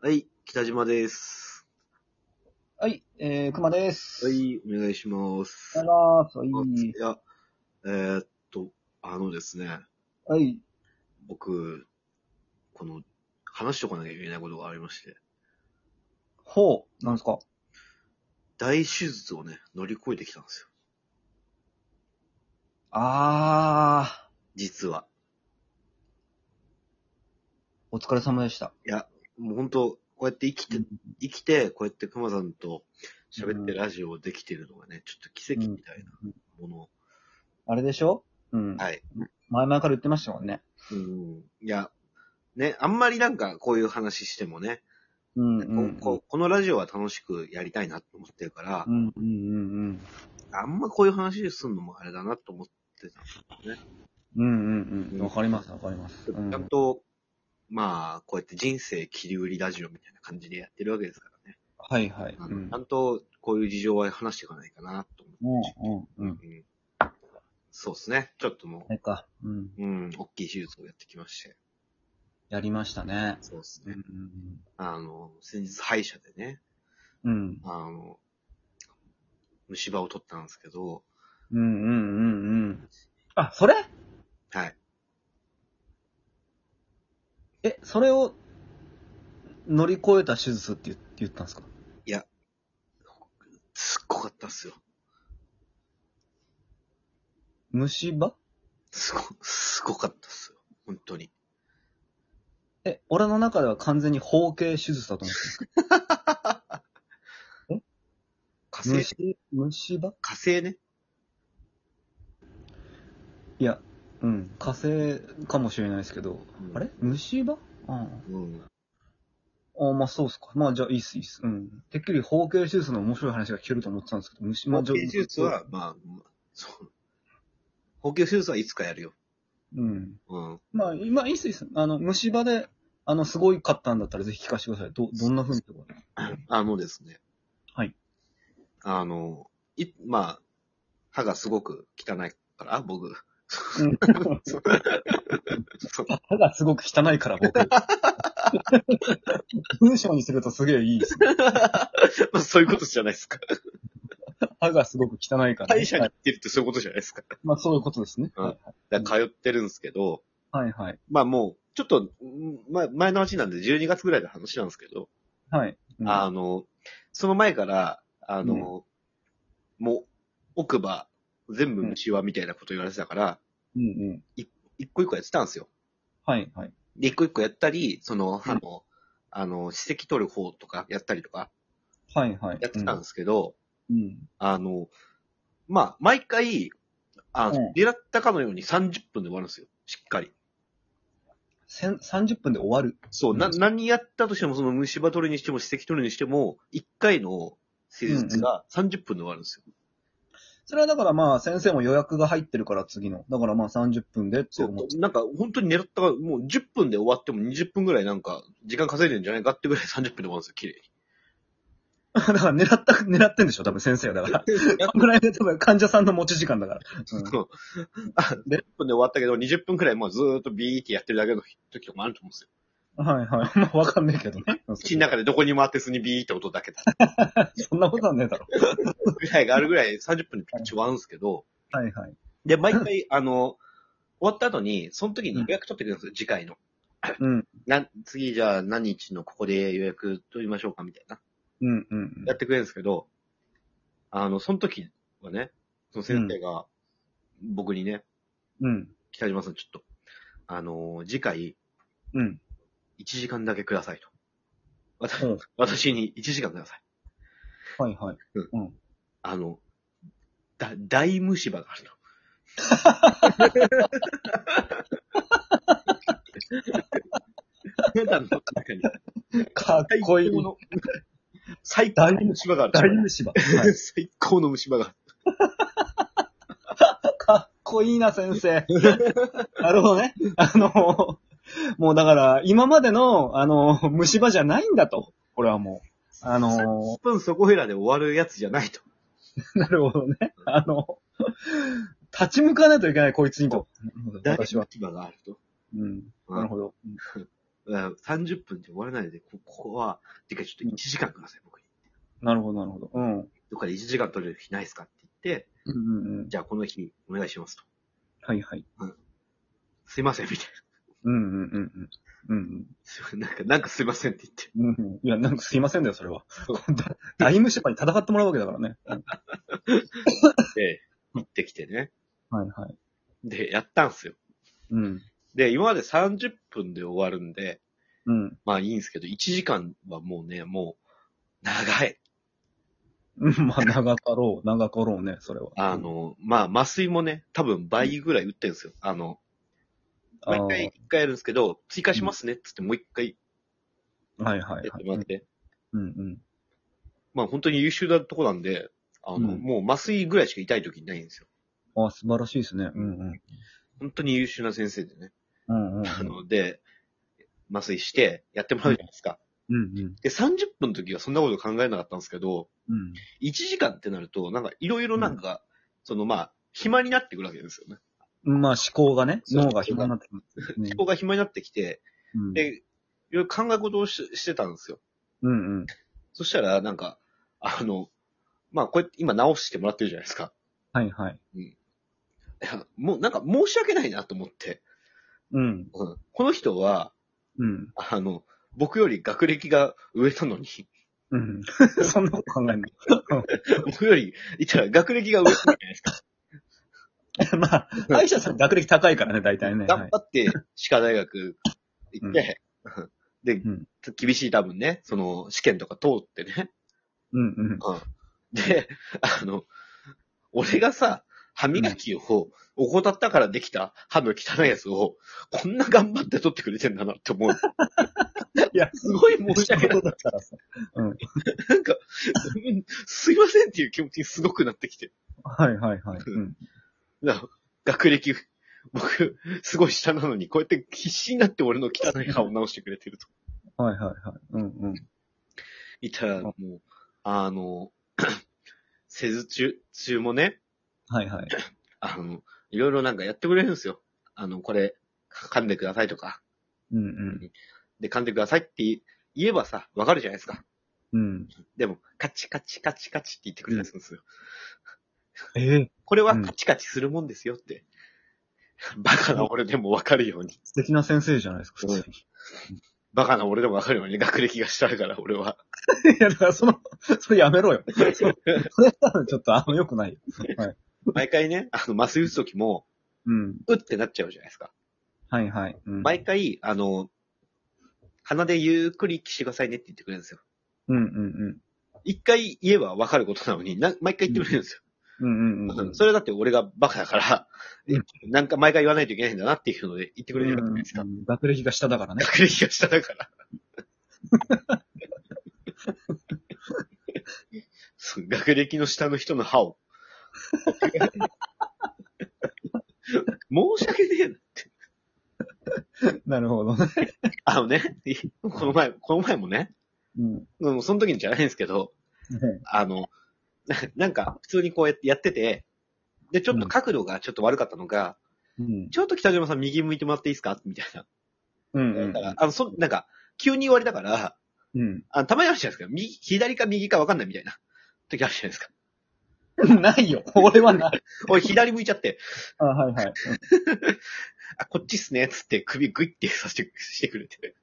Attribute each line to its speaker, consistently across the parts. Speaker 1: はい、北島です。
Speaker 2: はい、えー、熊です。
Speaker 1: は
Speaker 2: お
Speaker 1: い、お願いします。
Speaker 2: はようございま
Speaker 1: い
Speaker 2: す。
Speaker 1: や、えーっと、あのですね、
Speaker 2: はい。はい。
Speaker 1: 僕、この、話しとかなきゃいけないことがありまして、
Speaker 2: ほう、なんですか。
Speaker 1: 大手術をね、乗り越えてきたんですよ。
Speaker 2: あ
Speaker 1: 実は。
Speaker 2: ー、お疲れ様でした。
Speaker 1: もう本当こうやって生きて、生きて、こうやって熊さんと喋って
Speaker 2: うん
Speaker 1: ラジオできてるのがね、ちょっと奇跡みたいなもの。
Speaker 2: あれでしょうん。
Speaker 1: はい。
Speaker 2: 前々から言ってましたもんね。
Speaker 1: うん。いや、ね、あんまりなんかこういう話してもね、
Speaker 2: うん、う
Speaker 1: こ
Speaker 2: ん。
Speaker 1: ここのラジオは楽しくやりたいなと思ってるから
Speaker 2: う、ん、うん、うん、
Speaker 1: あんまこういう話すんのもあれだなと思ってた。
Speaker 2: うん。うん、うん、うん。わかります、わかります。うん
Speaker 1: ちゃんと、まあ、こうやって人生切り売りラジオみたいな感じでやってるわけですからね。
Speaker 2: はい、はい。
Speaker 1: あ
Speaker 2: う
Speaker 1: の
Speaker 2: ん
Speaker 1: ちゃ、んとこういう事情は話していかないかなと
Speaker 2: うん
Speaker 1: 思って、、
Speaker 2: うん、
Speaker 1: う
Speaker 2: うん。
Speaker 1: んそうですね。ちょっとも
Speaker 2: あれか。うん。
Speaker 1: う、うん、大きい手術をやってきまして。
Speaker 2: やりましたね。
Speaker 1: そうです
Speaker 2: うん
Speaker 1: ね。あの、先日歯医者でね、
Speaker 2: うん、うん。
Speaker 1: あの、虫歯を取ったんですけど、
Speaker 2: うん、うん、うん、うん。あ、それ
Speaker 1: はい。
Speaker 2: え、それを乗り越えた手術って言言ったんですか
Speaker 1: すっごかったっすよ。
Speaker 2: 虫歯
Speaker 1: すご、すごかったっすよ。本当に。
Speaker 2: え、俺の中では完全に包茎手術だと思って
Speaker 1: 火
Speaker 2: る。
Speaker 1: 星、
Speaker 2: 虫、虫歯
Speaker 1: 火星ね。
Speaker 2: いや、うん、火星かもしれないですけど、
Speaker 1: うん
Speaker 2: あれ虫歯うん。
Speaker 1: うん。
Speaker 2: あまあそうっすか。まあじゃあいいっす、いいっす。うん。てっきり包茎手術の面白い話が聞けると思ってたんですけど、虫
Speaker 1: 包
Speaker 2: 歯じゃ
Speaker 1: 茎手術は、まあ、そう。包茎手術はいつかやるよ。
Speaker 2: うん。
Speaker 1: うん。
Speaker 2: まあ今いいっす、いいっす。あの、虫歯で、あの、すごいかったんだったらぜひ聞かせてください。ど、どんな風にとか。
Speaker 1: あのですね。
Speaker 2: はい。
Speaker 1: あの、い、まあ、歯がすごく汚いから、僕。
Speaker 2: うん
Speaker 1: そう
Speaker 2: 歯がすごく汚いか ら僕。文章にするとすげえいいですね。
Speaker 1: まあそういうことじゃないですか。
Speaker 2: 歯がすごく汚いから、
Speaker 1: 歯医者に行ってるってそういうことじゃないですか。
Speaker 2: まあそういうことですね。
Speaker 1: うん
Speaker 2: はい
Speaker 1: だから通ってるんですけど、
Speaker 2: はいはい。
Speaker 1: まあもう、ちょっと、んまあ前の話なんで12月ぐらいの話なんですけど、
Speaker 2: はい。うん
Speaker 1: あの、その前から、あの、もう、奥歯、全部虫歯みたいなこと言われてたから、
Speaker 2: うんうん。
Speaker 1: 一個一個やってたんですよ。
Speaker 2: はいはい。
Speaker 1: で、一個一個やったり、その、あの、あの、歯石取る方とかやったりとか、
Speaker 2: はいはい。
Speaker 1: やってたんですけど、
Speaker 2: うん。
Speaker 1: あの、まあ、毎回、あ
Speaker 2: うん
Speaker 1: の、狙ったかのように30分で終わるんですよ。しっかり。
Speaker 2: せん30分で終わる。
Speaker 1: そう、な、
Speaker 2: うん
Speaker 1: 何やったとしても、その虫歯取りにしても、歯石取りにしても、一回の施術が30分で終わるんですよ。
Speaker 2: それはだからまあ先生も予約が入ってるから次の。だからまあ30分でって
Speaker 1: そ
Speaker 2: 思っ
Speaker 1: う、なんか本当に狙ったから、もう10分で終わっても20分ぐらいなんか、時間稼いでるんじゃないかってぐらい30分で終わるんですよ、綺麗
Speaker 2: た。 だから狙った、狙ってんでしょ多分先生 がだから。
Speaker 1: に。
Speaker 2: このぐらいで多分患者さんの持ち時間だから。うん
Speaker 1: そう あ10分で終わったけど、20分くらいもうずーっとビーってやってるだけの時とかもあると思うんですよ。
Speaker 2: はいはい。 まあわかんないけどね。
Speaker 1: 口の中でどこにも当てずにビーって音だけだ
Speaker 2: そんなことはねえだろ。
Speaker 1: ぐらいがあるぐらい30分でピッチ終わるんですけど、
Speaker 2: はいはい。
Speaker 1: で、毎 回、あの、終わった後に、その時に予約取ってくれるんですよ、次回の。
Speaker 2: うん。
Speaker 1: な、次じゃあ何日のここで予約取りましょうかみたいな。
Speaker 2: うんうんうん。
Speaker 1: やってくれるんですけど、あの、その時はね、その先生が、僕にね、
Speaker 2: うん。
Speaker 1: 北島さんちょっと、あのー次回、
Speaker 2: うん。
Speaker 1: 1時間だけくださいと。私
Speaker 2: うん
Speaker 1: 私に1時間ください。
Speaker 2: はいはい。
Speaker 1: あの、だ、大虫歯が あると。あなたの中に
Speaker 2: かっ
Speaker 1: 最
Speaker 2: こいい。
Speaker 1: 高 の、最高の虫歯があると
Speaker 2: 大虫歯。はい
Speaker 1: 最高の虫歯がある。
Speaker 2: かっこいいな、先生。 なるほどね。あの、もうだから、今までの、あの、虫歯じゃないんだと。これはもう。あの
Speaker 1: 1、分そこへらで終わるやつじゃないと。
Speaker 2: なるほどね。あの、立ち向かわないといけない、こいつにと。
Speaker 1: 大
Speaker 2: 私は。
Speaker 1: 虫歯があると。
Speaker 2: うん。なるほど。
Speaker 1: うん30分で終わらないので、ここは、てかちょっと1時間ください、僕に。
Speaker 2: なるほど、なるほど。うん。うん
Speaker 1: どっかで1時間取れる日ないですかって言って、
Speaker 2: うんうん。
Speaker 1: じゃあこの日お願いしますと。
Speaker 2: はいはい。
Speaker 1: すいません、みたいな
Speaker 2: うんうんうんうん。うん
Speaker 1: すいません。なん か、なんかすいませんって言って。
Speaker 2: うん、うんうん。いや、なんかすいません だよ、それは。大無視パに戦ってもらうわけだからね。うん
Speaker 1: で、行ってきてね。
Speaker 2: はいはい。
Speaker 1: で、やったんすよ。
Speaker 2: うん。
Speaker 1: で、今まで30分で終わるんで、
Speaker 2: うん。
Speaker 1: まあいいんですけど、1時間はもうね、もう、長い。
Speaker 2: うん まあ、長かろう、長かろうね、それは。
Speaker 1: あの、まあ麻酔もね、多分倍ぐらい打ってるんですよ。あの、
Speaker 2: あー、
Speaker 1: 毎回1回やるんですけど、追加しますねっつってもう1回
Speaker 2: はいはい
Speaker 1: やっ
Speaker 2: は
Speaker 1: て
Speaker 2: い。
Speaker 1: もらって、
Speaker 2: うんうん。
Speaker 1: まあ本当に優秀なとこなんで、あの、
Speaker 2: うん
Speaker 1: もう麻酔ぐらいしか痛い時にないんですよ。
Speaker 2: あ素晴らしいですね。うんうん。
Speaker 1: 本当に優秀な先生でね。
Speaker 2: うんうんうん。
Speaker 1: あの、で、麻酔してやってもらうじゃないですか。
Speaker 2: うんうん。
Speaker 1: で、30分の時はそんなこと考えなかったんですけど、
Speaker 2: うん。
Speaker 1: 1時間ってなると、なんかいろいろなんか、そのまあ、暇になってくるわけですよね。
Speaker 2: まあ思考がね、
Speaker 1: そう
Speaker 2: 脳が暇になってきますね
Speaker 1: 思。考が暇になってきて、
Speaker 2: うん
Speaker 1: で、いろいろ考え事をししてたんですよ。
Speaker 2: うんうん。
Speaker 1: そしたら、なんか、あの、まあ、こうやって今直してもらってるじゃないですか。
Speaker 2: はいはい。
Speaker 1: いや もう、なんか申し訳ないなと思って。
Speaker 2: うん。
Speaker 1: うん、この人は、
Speaker 2: うん。
Speaker 1: あの、僕より学歴が上なのに、
Speaker 2: うん。 そんなこと考えない。
Speaker 1: 僕より、言ったら学歴が上なのじゃないですか。
Speaker 2: まあ、歯医者さん学歴高いからね、大体ね。は
Speaker 1: 頑
Speaker 2: い
Speaker 1: 張って、歯科大学行って、で、
Speaker 2: うん
Speaker 1: 厳しい多分ね、その、試験とか通ってね。
Speaker 2: うんうん。
Speaker 1: で、あの、俺がさ、歯磨きを怠ったからできた歯の汚いやつを、こんな頑張って取ってくれてんだなって思う。
Speaker 2: いや、
Speaker 1: すごい申し訳ない。
Speaker 2: だからさ。
Speaker 1: なんか、うんすいませんっていう気持ちにすごくなってきて。
Speaker 2: はいはいはい。うん。
Speaker 1: だ学歴、僕、すごい下なのに、こうやって必死になって俺の汚い歯を直してくれてると。
Speaker 2: はいはいはい。うんうん。
Speaker 1: いたら、もう、あの、 施術中、中もね、
Speaker 2: はいはい。
Speaker 1: あの、いろいろなんかやってくれるんですよ。あの、これ、噛んでくださいとか。
Speaker 2: うんうん。
Speaker 1: で、噛んでくださいって言えばさ、わかるじゃないですか。
Speaker 2: うん。
Speaker 1: でも、カチカチカチカチって言ってくれたりするんですよ。
Speaker 2: ええ、
Speaker 1: これは
Speaker 2: うん
Speaker 1: カチカチするもんですよって。 バカな俺でもわかるように。
Speaker 2: 素敵な先生じゃないですか、普通に。
Speaker 1: バカな俺でもわかるように学歴が下だから、俺は。
Speaker 2: いや、だからその、 それやめろよ。それ多分ちょっとあんま良くないよ。
Speaker 1: 毎回ね、あの、麻酔打つときも、
Speaker 2: うん。
Speaker 1: うってなっちゃうじゃないですか。
Speaker 2: はいはい。うん。
Speaker 1: 毎回、あの、鼻でゆっくりしてくださいねって言ってくれるんですよ。
Speaker 2: うんうん
Speaker 1: 一回言えばわかることなのに、な毎回言ってくれるんですよ。
Speaker 2: うん。うんうんうん。
Speaker 1: それだって俺がバカだから、
Speaker 2: う
Speaker 1: なんか毎回言わないといけないんだなっていうので言ってくれるわけじゃないですか。
Speaker 2: うん学歴が下だ からね。
Speaker 1: 学歴が下だから。 そう学歴の下の人の歯を。申し訳ねえなって。
Speaker 2: なるほどね。
Speaker 1: あのね、この前、この前もね、
Speaker 2: うん。
Speaker 1: うんその時にじゃないんですけど、あの、ななんか普通にこうやってやってて、で、ちょっと角度がちょっと悪かったのが、
Speaker 2: うん。
Speaker 1: ちょっと北島さん右向いてもらっていいですかみたいな。
Speaker 2: うん
Speaker 1: だから、あの、そ、なんか、急に言われたから、
Speaker 2: うん。
Speaker 1: あたまにあるじゃないですか。右、左か右か分かんないみたいな時あるじゃないですか。
Speaker 2: うん。ないよ。俺はない。
Speaker 1: 俺、左向いちゃって、
Speaker 2: あ、はいはい。
Speaker 1: あ、こっちっすね、つって首グイってさせて、してくれて。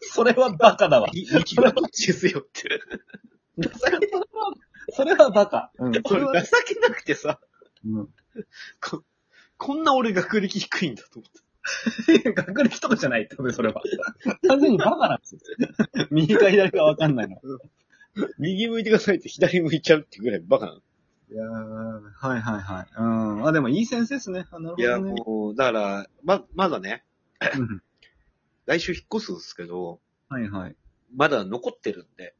Speaker 2: それはバカだわ。
Speaker 1: 右右はこっちですよって。
Speaker 2: それは、それはバカ。うん。そ
Speaker 1: 俺
Speaker 2: れは、
Speaker 1: 情けなくてさ、
Speaker 2: うん。
Speaker 1: こんな俺学歴低いんだと思って。
Speaker 2: 学歴とかじゃない多分それは。 完全にバカなんですよ。 右か左かわかんないの。
Speaker 1: 右向いてくださいって左向いちゃうってぐらいバカなの。
Speaker 2: いやー、はいはいはい。うん。あ、でもいい先生ですね。あなるほ
Speaker 1: いや、
Speaker 2: どね。
Speaker 1: もう、だから、ま、まだね、
Speaker 2: うん
Speaker 1: 来週引っ越すんですけど、
Speaker 2: はいはい。
Speaker 1: まだ残ってるんで、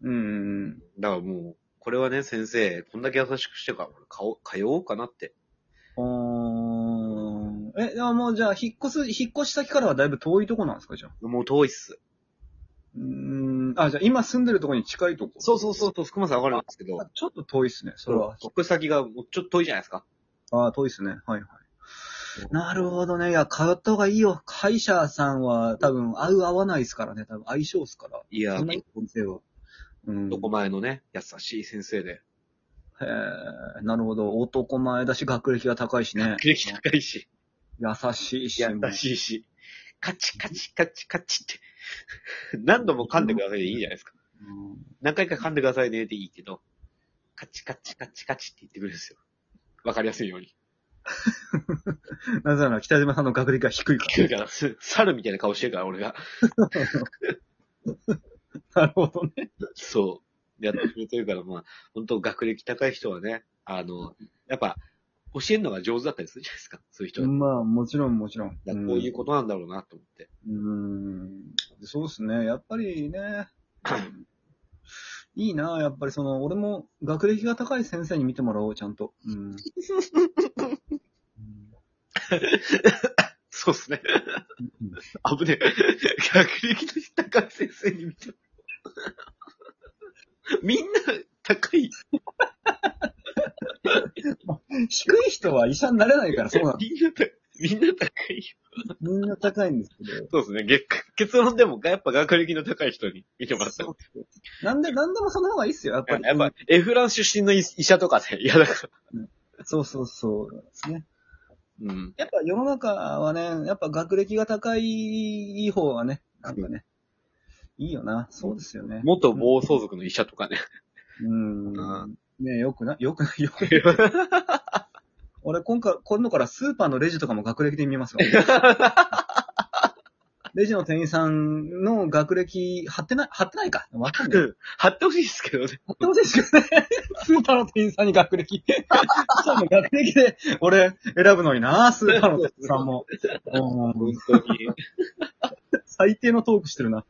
Speaker 2: うん。
Speaker 1: だからもう、これはね、先生、こんだけ優しくしてから、俺買おう、通おうかなって。
Speaker 2: あーえ、でももうじゃあ、引っ越す、引っ越し先からはだいぶ遠いとこなんですか、じゃあ。
Speaker 1: もう遠いっす。
Speaker 2: うーん。あ、じゃあ今住んでるとこに近いとこ。
Speaker 1: そうそうそうそう、福間さんわかるんですけど
Speaker 2: あ。ちょっと遠いっすね、それは。
Speaker 1: 引っ越し先がもうちょっと遠いじゃないですか。
Speaker 2: ああ、遠いっすね。はいはい。なるほどね。いや、買った方がいいよ。歯医者さんは多分合う合わないですからね。多分相性ですから。
Speaker 1: いや
Speaker 2: そんな、先生は。うん。
Speaker 1: 男前のね、優しい先生で。
Speaker 2: へえ、なるほど。男前だし、学歴が高いしね。
Speaker 1: 学歴高いし、
Speaker 2: 優しいし。
Speaker 1: 優しいし、カチカチカチカチって、何度も噛んでくださいでいいじゃないですか。
Speaker 2: うん
Speaker 1: 何回か噛んでくださいねでいいけど、カチカチカチカチって言ってくれるんですよ。わかりやすいように。
Speaker 2: なぜなら北島さんの学歴が低いか
Speaker 1: 聞くから、す猿みたいな顔してるから、俺が。
Speaker 2: ら。なるほどね。
Speaker 1: そう。やってくれてるから、まあ、本当学歴高い人はね、あの、やっぱ、教えるのが上手だったりするじゃないですか。そういう人は。
Speaker 2: まあ、もちろんもちろん。
Speaker 1: だからこういうことなんだろうなと思って。
Speaker 2: うん。そうですね。やっぱ りね。いいなやっぱりその、俺も学歴が高い先生に見てもらおう、ちゃんと。 うん。
Speaker 1: そうですね。危ねえ。学歴の高い先生に見てもみんな高い。
Speaker 2: 低い人は医者になれないから、 そうなの。
Speaker 1: みんな高い。みんな高い。
Speaker 2: みんな高いんですけど。
Speaker 1: そうですね。げ結論でも、やっぱ学歴の高い人に見てもらった。
Speaker 2: なんで、なんでもその方がいいっすよ、やっぱり。
Speaker 1: やっぱ、エフランス出身の医医者とかね、嫌だか
Speaker 2: そうそうそうですね。
Speaker 1: ら。うん。
Speaker 2: やっぱ世の中はね、やっぱ学歴が高い方はね、なんかね、いいよな。そうですよね。
Speaker 1: 元暴走族の医者とかね。
Speaker 2: うん
Speaker 1: う。
Speaker 2: ねよくな、よくない、よくない。俺、今回、今度からスーパーのレジとかも学歴で見ますわ。レジの店員さんの学歴、貼ってない、貼ってないか。わか んない。
Speaker 1: 貼ってほしいですけどね。
Speaker 2: 貼ってほしいですけどね。スーパーの店員さんに学歴。しかも学歴で、俺、選ぶのにな、スーパーの店員さんも。うん
Speaker 1: 本当に。
Speaker 2: 最低のトークしてるな。